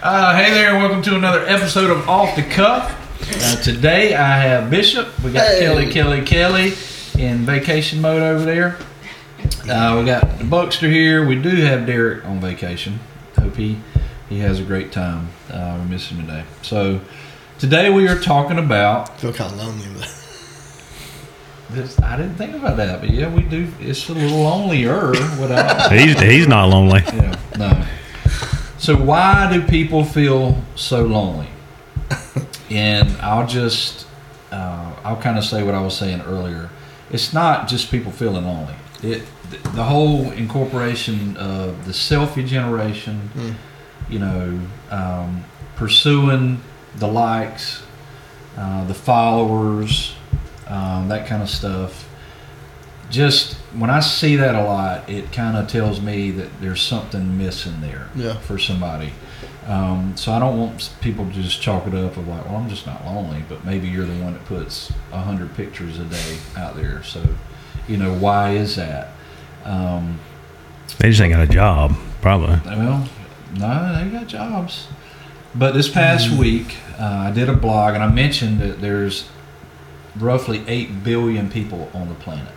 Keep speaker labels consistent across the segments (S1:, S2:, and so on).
S1: Uh, hey there, welcome to another episode of Off the Cuff. Uh, today I have Bishop. We got
S2: Hey.
S1: Kelly, Kelly, Kelly in vacation mode over there. Uh, we got the Buckster here. We do have Derek on vacation. Hope he, he has a great time. Uh, we miss him today. So today we are talking about
S2: feel kind of lonely, but
S1: this. I didn't think about that, but yeah, we do. It's a little lonelier without
S3: He's, he's not lonely.
S1: Yeah, no. So why do people feel so lonely? And I'll just, uh, I'll kind of say what I was saying earlier. It's not just people feeling lonely. It, th- the whole incorporation of the selfie generation,
S2: Mm.
S1: you know, um, pursuing the likes, uh, the followers, um, that kind of stuff just when I see that a lot, it kind of tells me that there's something missing there
S2: Yeah.
S1: for somebody. Um, so I don't want s- people to just chalk it up of like, well, I'm just not lonely, but maybe you're the one that puts a hundred pictures a day out there. So, you know, why is that? Um,
S3: They just ain't got a job, probably.
S1: well, no, they got jobs. But this past week, uh, I did a blog and I mentioned that there's roughly 8 billion people on the planet.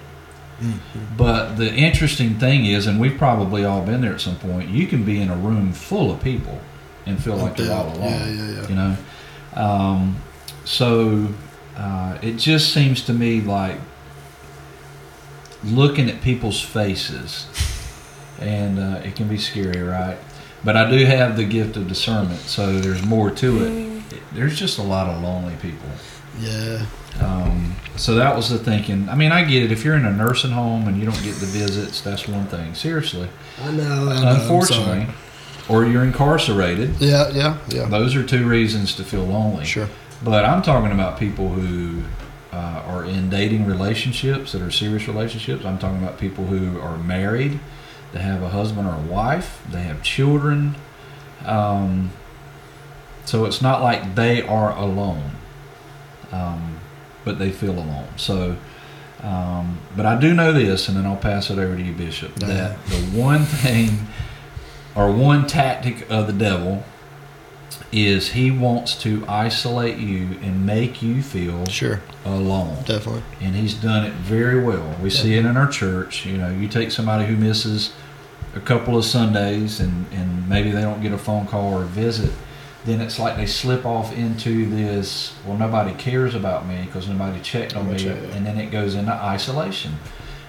S1: But the interesting thing is, and we've probably all been there at some point, you can be in a room full of people and feel like you're all alone.
S2: yeah, yeah, yeah.
S1: You know? Um, so uh, it just seems to me like looking at people's faces, and uh, it can be scary, right? But I do have the gift of discernment, so there's more to it. There's just a lot of lonely people.
S2: Yeah,
S1: Um, so that was the thinking. I mean, I get it. If you're in a nursing home and you don't get the visits, that's one thing. Seriously,
S2: I know. I know Uh-huh. I'm
S1: unfortunately, or you're incarcerated.
S2: sorry. Yeah, yeah, yeah.
S1: Those are two reasons to feel lonely.
S2: Sure.
S1: But I'm talking about people who uh, are in dating relationships that are serious relationships. I'm talking about people who are married, they have a husband or a wife, they have children. Um, so it's not like they are alone, um, but they feel alone. So, um, but I do know this, and then I'll pass it over to you, Bishop, that the one thing or one tactic of the devil is he wants to isolate you and make you feel
S2: Sure,
S1: alone.
S2: definitely.
S1: And he's done it very well. We see it in our church. You know, you take somebody who misses a couple of Sundays and, and maybe they don't get a phone call or a visit, then it's like they slip off into this, well, nobody cares about me because nobody checked on me.
S2: Gotcha.
S1: And then it goes into isolation.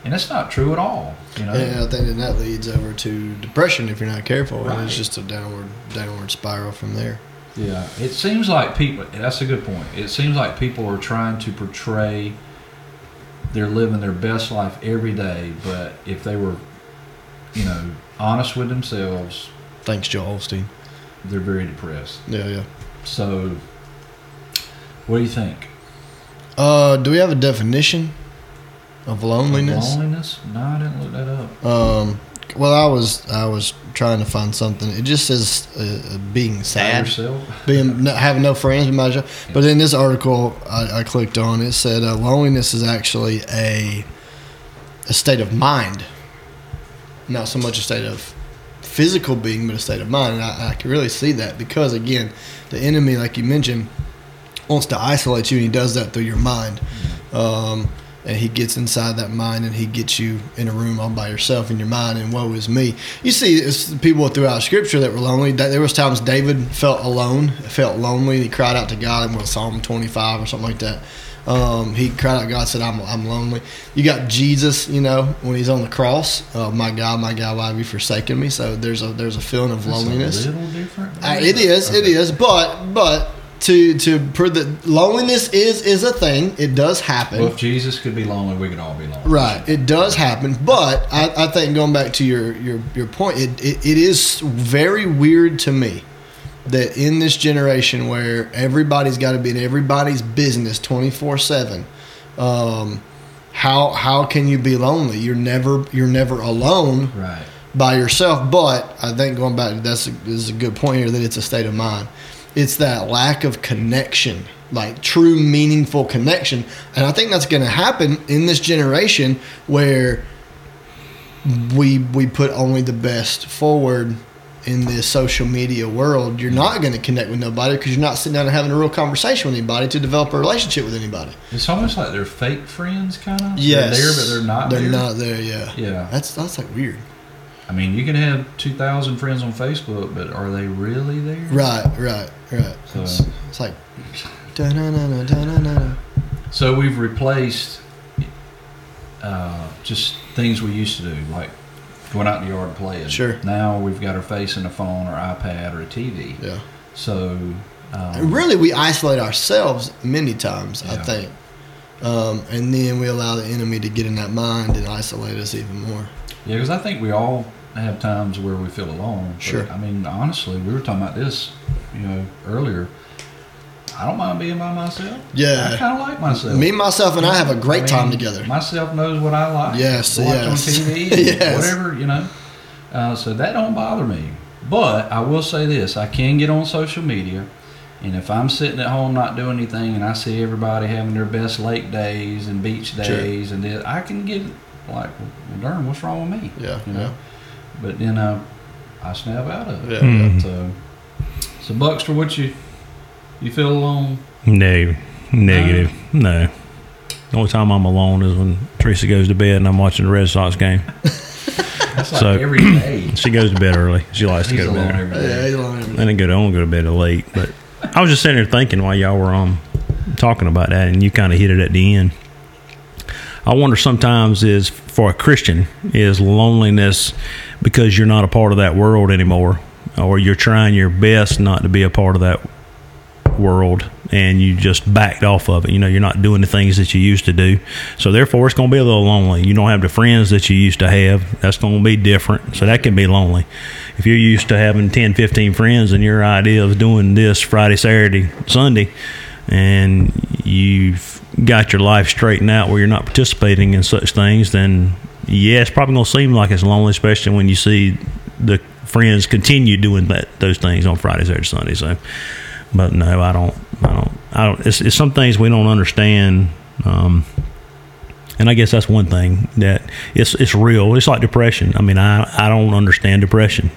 S1: And that's not true at all. You know,
S2: Yeah, I think then that leads over to depression if you're not careful.
S1: Right.
S2: It's just a downward, downward spiral from there.
S1: Yeah, it seems like people. That's a good point. It seems like people are trying to portray they're living their best life every day, but if they were, you know, honest with themselves,
S2: Thanks, Joel Olstein.
S1: they're very depressed.
S2: Yeah, yeah.
S1: So, what do you think?
S2: Uh, do we have a definition of loneliness?
S1: Loneliness? No, I didn't look that up.
S2: Um, well, I was, I was trying to find something. It just says uh, uh, being
S1: By
S2: sad.
S1: yourself?
S2: being no, having no friends in my job. But then this article I, I clicked on, it said uh, loneliness is actually a a state of mind, not so much a state of physical being, but a state of mind. And I, I can really see that because again, the enemy, like you mentioned, wants to isolate you, and he does that through your mind. Um, and he gets inside that mind and he gets you in a room all by yourself in your mind and woe is me you see it's people throughout scripture that were lonely Da- there was times david felt alone felt lonely he cried out to god in what psalm 25 or something like that um, he cried out god said I'm, I'm lonely you got jesus you know when he's on the cross oh my god my god why have you forsaken me so there's a there's a feeling of
S1: That's
S2: loneliness
S1: A little different.
S2: I, Uh, it is. It
S1: Okay.
S2: is. But but to to prove that loneliness is is a thing. It does happen.
S1: Well, if Jesus could be lonely, we could all be lonely.
S2: Right, it does happen, but I, I think going back to your your, your point, it, it, it is very weird to me that in this generation where everybody's got to be in everybody's business twenty four seven, um, how how can you be lonely? You're never you're never alone
S1: Right.
S2: by yourself. But I think going back, that's a, is a good point here that it's a state of mind. It's that lack of connection, like true meaningful connection, and I think that's going to happen in this generation where we we put only the best forward in the social media world, you're not going to connect with nobody because you're not sitting down and having a real conversation with anybody to develop a relationship with anybody.
S1: It's almost like they're fake friends, kind of.
S2: Yes,
S1: They're there, but they're not.
S2: They're
S1: there.
S2: not there. Yeah,
S1: Yeah.
S2: that's that's like weird.
S1: I mean, you can have 2,000 friends on Facebook, but are they really there?
S2: Right, right, right.
S1: So-
S2: It's, it's like da na na na da na na.
S1: So we've replaced uh, just things we used to do, like going out in the yard and playing.
S2: Sure.
S1: Now we've got our face in a phone or iPad or a TV.
S2: Yeah.
S1: So um,
S2: And really, we isolate ourselves many times. I
S1: Yeah.
S2: think, um, and then we allow the enemy to get in that mind and isolate us even more.
S1: Yeah, because I think we all have times where we feel alone. but,
S2: Sure.
S1: I mean, honestly, we were talking about this, you know, earlier. I don't mind being by myself. I
S2: Yeah.
S1: kind of like myself.
S2: Me, myself, and I have a great
S1: I mean,
S2: time together.
S1: Myself knows what I like.
S2: Yes,
S1: watch
S2: yes.
S1: on TV,
S2: Yes.
S1: whatever you know. Uh, so that don't bother me. But I will say this: I can get on social media, and if I'm sitting at home not doing anything, and I see everybody having their best lake days and beach
S2: Sure.
S1: days, and this, I can get like, well, darn, what's wrong with me?
S2: Yeah,
S1: you know. But then I, I snap out of it.
S2: yeah.
S3: Mm.
S1: So, so Bucks, for what you, you feel alone?
S3: No, negative. No. The only time I'm alone is when Teresa goes to bed and I'm watching the Red Sox game.
S1: That's like
S3: So-
S1: every day.
S3: She goes to bed early. She likes to
S1: He's
S3: go to
S1: alone
S3: bed. early.
S1: every
S2: Yeah,
S1: day.
S2: he's lying.
S3: I didn't go. To, I don't go to bed late. But I was just sitting there thinking while y'all were um talking about that, and you kind of hit it at the end. I wonder sometimes is for a Christian is loneliness because you're not a part of that world anymore, or you're trying your best not to be a part of that world and you just backed off of it. You know, you're not doing the things that you used to do. So therefore it's gonna be a little lonely. You don't have the friends that you used to have. That's gonna be different. So that can be lonely. If you're used to having 10, 15 friends and your idea of doing this Friday, Saturday, Sunday, and you've got your life straightened out where you're not participating in such things, then yeah, it's probably gonna seem like it's lonely, especially when you see the friends continue doing that those things on Friday, Saturday, Sunday. So but no, I don't. I don't. I don't. It's, it's some things we don't understand, um, and I guess that's one thing that it's it's real. It's like depression. I mean, I I don't understand depression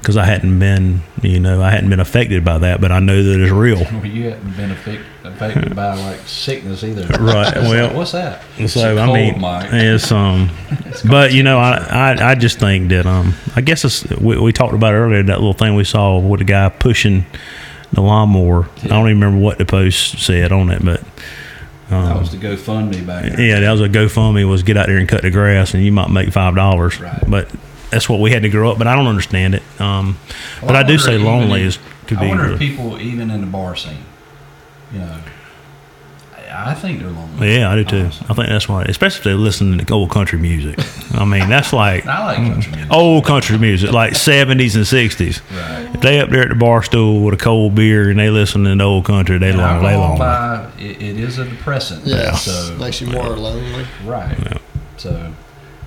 S3: because I hadn't been, you know, I hadn't been affected by that, but I know that it's real.
S1: Well, you hadn't been affect- affected by like sickness either.
S3: Right,
S1: It's
S3: well-
S1: like, what's that? It's
S3: So
S1: a
S3: I
S1: cold,
S3: mean,
S1: Mike.
S3: it's um, but you know, I, I I just think that um, I guess it's we, we talked about earlier that little thing we saw with the guy pushing the lawnmower. I don't even remember what the post said on it, but um,
S1: that was the GoFundMe back then.
S3: Yeah, that was a GoFundMe was get out there and cut the grass, and you might make five dollars.
S1: Right.
S3: But that's what we had to grow up. But I don't understand it. Um,
S1: Well,
S3: but I, do
S1: wonder
S3: say
S1: even
S3: lonely
S1: if-
S3: is could
S1: I
S3: be.
S1: wonder if
S3: real.
S1: people, even in the bar scene, you know, I I think they're lonely.
S3: Yeah, I do too.
S1: Honestly.
S3: I think that's why, especially if they listen to old country music. I mean, that's like
S1: And I like country music.
S3: old country music, like seventies and sixties.
S1: right.
S3: If they up there at the bar stool with a cold beer and they listen to the old country, they long, they
S1: Alcohol
S3: long.
S1: by it, it is a depressant.
S2: Yeah,
S1: So
S2: makes you more lonely.
S1: right. So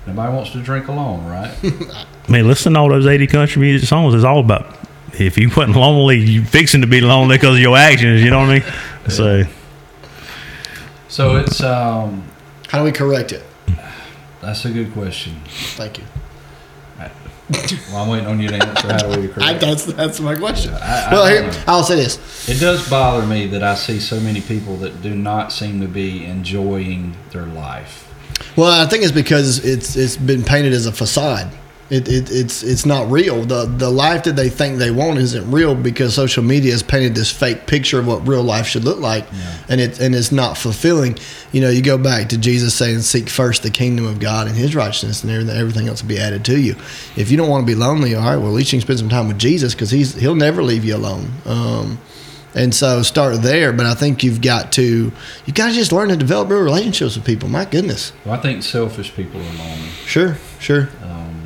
S1: nobody wants to drink alone, right?
S3: I mean, listen to all those 80 country music songs. It's all about if you wasn't lonely, you fixing to be lonely because of your actions. You know what I mean? So,
S1: so it's um.
S2: How do we correct it?
S1: That's a good question.
S2: Thank you.
S1: Well, I'm waiting on you to answer. How do we
S2: I,
S1: correct?
S2: that's that's my question.
S1: I- I
S2: well,
S1: don't
S2: here,
S1: know.
S2: I'll say this.
S1: It does bother me that I see so many people that do not seem to be enjoying their life.
S2: Well, I think it's because it's it's been painted as a facade. It, it, it's it's not real. The the life that they think they want isn't real because social media has painted this fake picture of what real life should look like, and it and it's not fulfilling. You know, you go back to Jesus saying, "Seek first the kingdom of God and His righteousness, and everything, everything else will be added to you." If you don't want to be lonely, all right, well, at least you can spend some time with Jesus because he's he'll never leave you alone. Um, and so start there, but I think you've got to you've got to just learn to develop real relationships with people. My goodness.
S1: Well, I think selfish people are lonely,
S2: Sure, sure.
S1: um,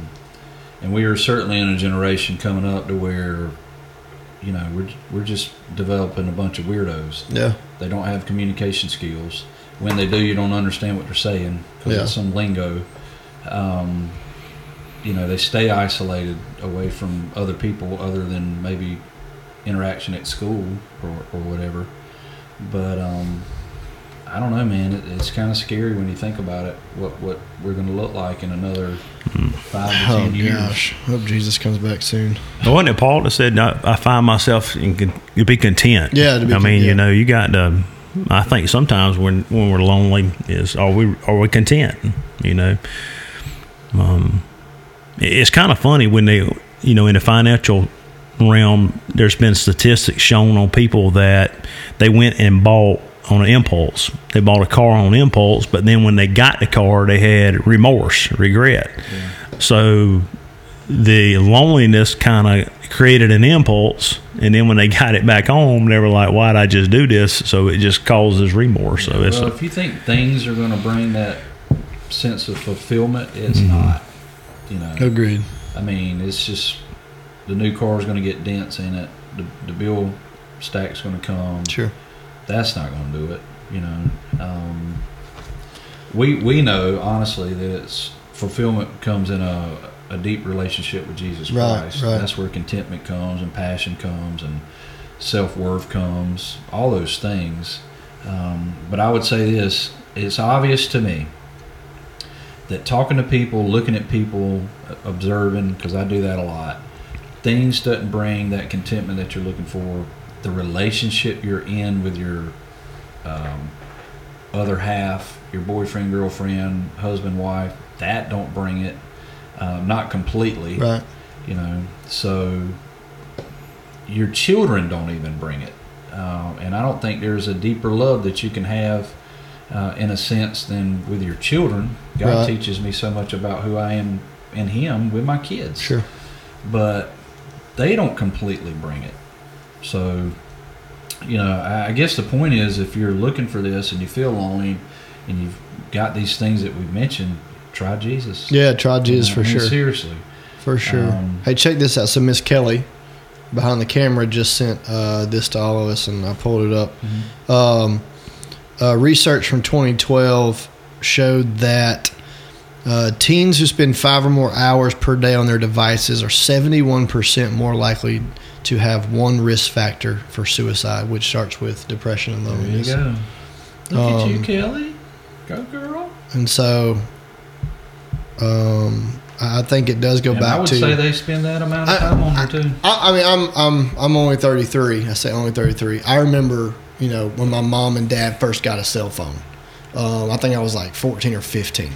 S1: and we are certainly in a generation coming up to where, you know, we're we're just developing a bunch of weirdos.
S2: Yeah.
S1: They don't have communication skills. When they do, you don't understand what they're saying because
S2: Yeah.
S1: it's some lingo. Um, you know, they stay isolated away from other people, other than maybe interaction at school or, or whatever. But um, I don't know, man. It, it's kind of scary when you think about it. What what we're going to look like in another five to
S2: Oh
S1: ten years.
S2: gosh, hope Jesus comes back soon.
S3: Wasn't it Paul that said, "No, "I find myself in con- to be content"?
S2: Yeah, to be
S3: I mean,
S2: con- yeah.
S3: you know, you got to. I think sometimes when when we're lonely, is are we are we content? You know, um, it- it's kind of funny when they, you know, in the financial realm, there's been statistics shown on people that they went and bought on an impulse. They bought a car on impulse, but then when they got the car, they had remorse, regret. So the loneliness kind of created an impulse and then when they got it back home they were like why'd i just do this so it just causes remorse so Oh, it's
S1: well, if you think things are going to bring that sense of fulfillment, it's
S2: Mm-hmm.
S1: not. You know,
S2: Agreed.
S1: I mean, it's just the new car's going to get dents in it. The, the bill stack's going to come.
S2: Sure.
S1: That's not going to do it. You know, um, we we know honestly that it's fulfillment comes in a a deep relationship with Jesus
S2: Right,
S1: Christ.
S2: right.
S1: That's where contentment comes, and passion comes, and self worth comes. All those things. Um, but I would say this: it's obvious to me that talking to people, looking at people, observing, because I do that a lot, things doesn't bring that contentment that you're looking for. The relationship you're in with your um, other half, your boyfriend, girlfriend, husband, wife, that don't bring it. Um, not completely,
S2: Right.
S1: you know. So your children don't even bring it, um, and I don't think there's a deeper love that you can have, uh, in a sense, than with your children. God
S2: Right.
S1: teaches me so much about who I am in Him with my kids
S2: Sure.
S1: but they don't completely bring it. So, you know, I I guess the point is if you're looking for this and you feel lonely and you've got these things that we've mentioned, try Jesus.
S2: Yeah, try Jesus
S1: I
S2: for
S1: mean,
S2: sure.
S1: Seriously.
S2: For sure.
S1: Um,
S2: hey, check this out. So Miss Kelly behind the camera just sent uh, this to all of us, and I pulled it up.
S1: Mm-hmm.
S2: Um, uh, research from 2012 showed that uh, teens who spend five or more hours per day on their devices are 71% more likely to have one risk factor for suicide, which starts with depression and
S1: There you
S2: loneliness.
S1: go. Look at you,
S2: Um,
S1: Kelly. Go, girl.
S2: And so, um, I I think it does go
S1: And
S2: back
S1: I would
S2: to.
S1: say they spend that amount of
S2: I-
S1: time on there, too.
S2: I, I mean, I'm I'm I'm only 33. I say only 33. I remember, you know, when my mom and dad first got a cell phone. Um, I think I was like 14 or 15,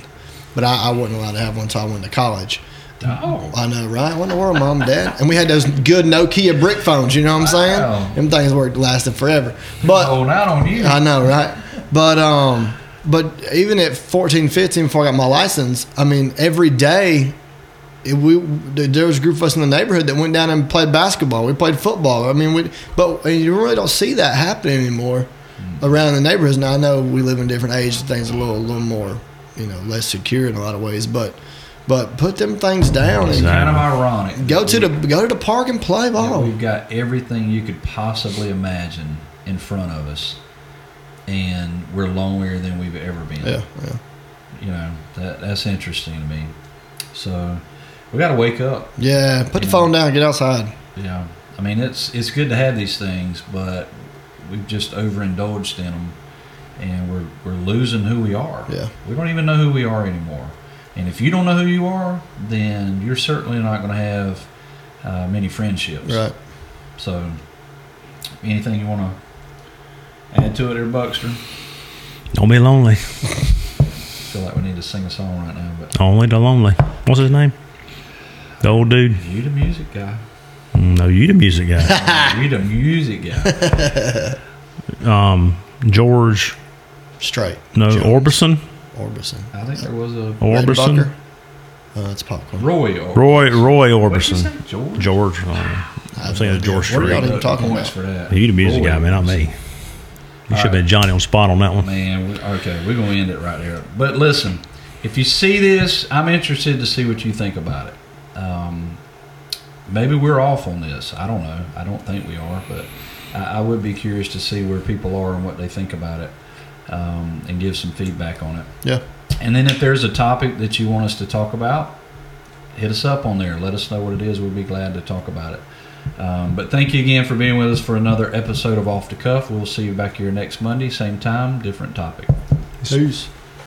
S2: but I, I wasn't allowed to have one until I went to college.
S1: Oh.
S2: I know, right? What in the world, mom, and dad? And we had those good Nokia brick phones. You know what I'm saying?
S1: Wow. Oh,
S2: Them things worked lasted forever. But
S1: Hold out on you.
S2: I know, right? But um, but even at 14, 15, before I got my license, I mean, every day, it, we there was a group of us in the neighborhood that went down and played basketball. We played football. I mean, we but you really don't see that happening anymore around the neighborhoods. Now I know we live in different ages; things are a little, a little more, you know, less secure in a lot of ways. But but put them things down and
S1: kind of ironic.
S2: go to the go to the park and play
S1: that
S2: ball.
S1: We've got everything you could possibly imagine in front of us, and we're lonelier than we've ever been.
S2: Yeah, yeah,
S1: You know that that's interesting to me. So we got to wake up.
S2: yeah. Put the phone down. Get outside.
S1: Yeah, I mean it's it's good to have these things, but we've just overindulged in them, and we're we're losing who we are.
S2: Yeah.
S1: we don't even know who we are anymore. And if you don't know who you are, then you're certainly not going to have uh, many friendships.
S2: Right.
S1: So, anything you want to add to it, there, Buckster?
S3: don't be lonely
S1: I feel like we need to sing a song right now, but
S3: only the lonely what's his name the old dude Mm,
S1: you the music guy.
S3: no you the music guy
S1: you the music guy.
S3: um george
S2: Straight.
S3: no
S2: Jones.
S3: orbison
S2: Orbison.
S1: I think there was a
S3: Oh.
S2: Red
S3: orbison
S2: Bucker? Uh, it's popcorn.
S1: Roy. Or-
S3: roy roy
S1: What'd you say,
S3: orbison
S1: George?
S3: george um,
S2: I
S3: I'm thinking of George
S2: What are y'all
S3: Strait.
S2: even talking
S1: points
S2: about?
S1: for that.
S3: you the music
S1: Roy
S3: guy man not
S1: Orbison.
S3: me you
S1: All
S3: should have been johnny on spot on that one
S1: Oh, Man, we, okay, we're gonna end it right there. But listen, if you see this, I'm interested to see what you think about it. Um, maybe we're off on this. I don't know. I don't think we are, but I, I would be curious to see where people are and what they think about it, um, and give some feedback on it.
S2: Yeah.
S1: And then if there's a topic that you want us to talk about, hit us up on there. Let us know what it is. We'll be glad to talk about it. Um, but thank you again for being with us for another episode of Off the Cuff. We'll see you back here next Monday, same time, different topic.
S2: Peace.